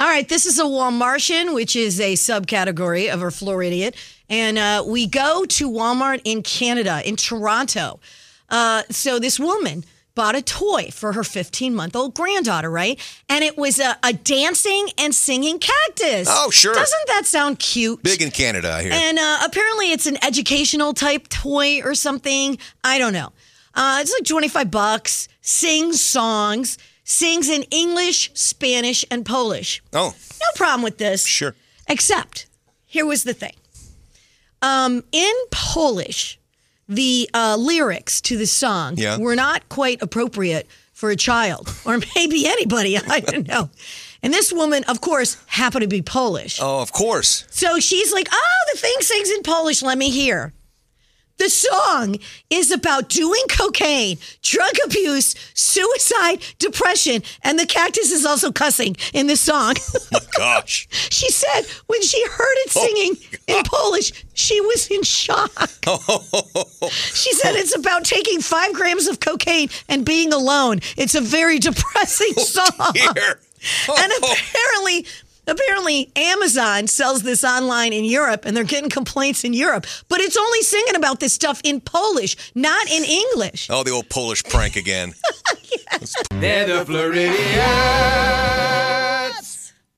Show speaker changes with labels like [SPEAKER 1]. [SPEAKER 1] right, this is a Walmartian, which is a subcategory of a Floridian. And uh, we go to Walmart in Canada, in Toronto. Uh, so this woman bought a toy for her 15 month old granddaughter, right? And it was a, a dancing and singing cactus.
[SPEAKER 2] Oh, sure.
[SPEAKER 1] Doesn't that sound cute?
[SPEAKER 2] Big in Canada, I hear.
[SPEAKER 1] And uh, apparently, it's an educational type toy or something. I don't know. Uh, it's like 25 bucks, sings songs, sings in English, Spanish, and Polish.
[SPEAKER 2] oh,
[SPEAKER 1] No problem with this.
[SPEAKER 2] Sure.
[SPEAKER 1] Except, here was the thing. Um, in Polish, the uh, lyrics to the song
[SPEAKER 2] Yeah.
[SPEAKER 1] were not quite appropriate for a child or maybe anybody. I don't know. And this woman, of course, happened to be Polish.
[SPEAKER 2] oh, of course.
[SPEAKER 1] So she's like, oh, the thing sings in Polish. Let me hear. The song is about doing cocaine, drug abuse, suicide, depression, and the cactus is also cussing in this song.
[SPEAKER 2] Gosh.
[SPEAKER 1] she said when she heard it singing in Polish, she was in shock. she said it's about taking five grams of cocaine and being alone. It's a very depressing song
[SPEAKER 2] Here. Oh.
[SPEAKER 1] and apparently apparently amazon sells this online in europe and they're getting complaints in europe but it's only singing about this stuff in polish not in english
[SPEAKER 2] Oh, the old Polish prank again.
[SPEAKER 3] They're the Floridians.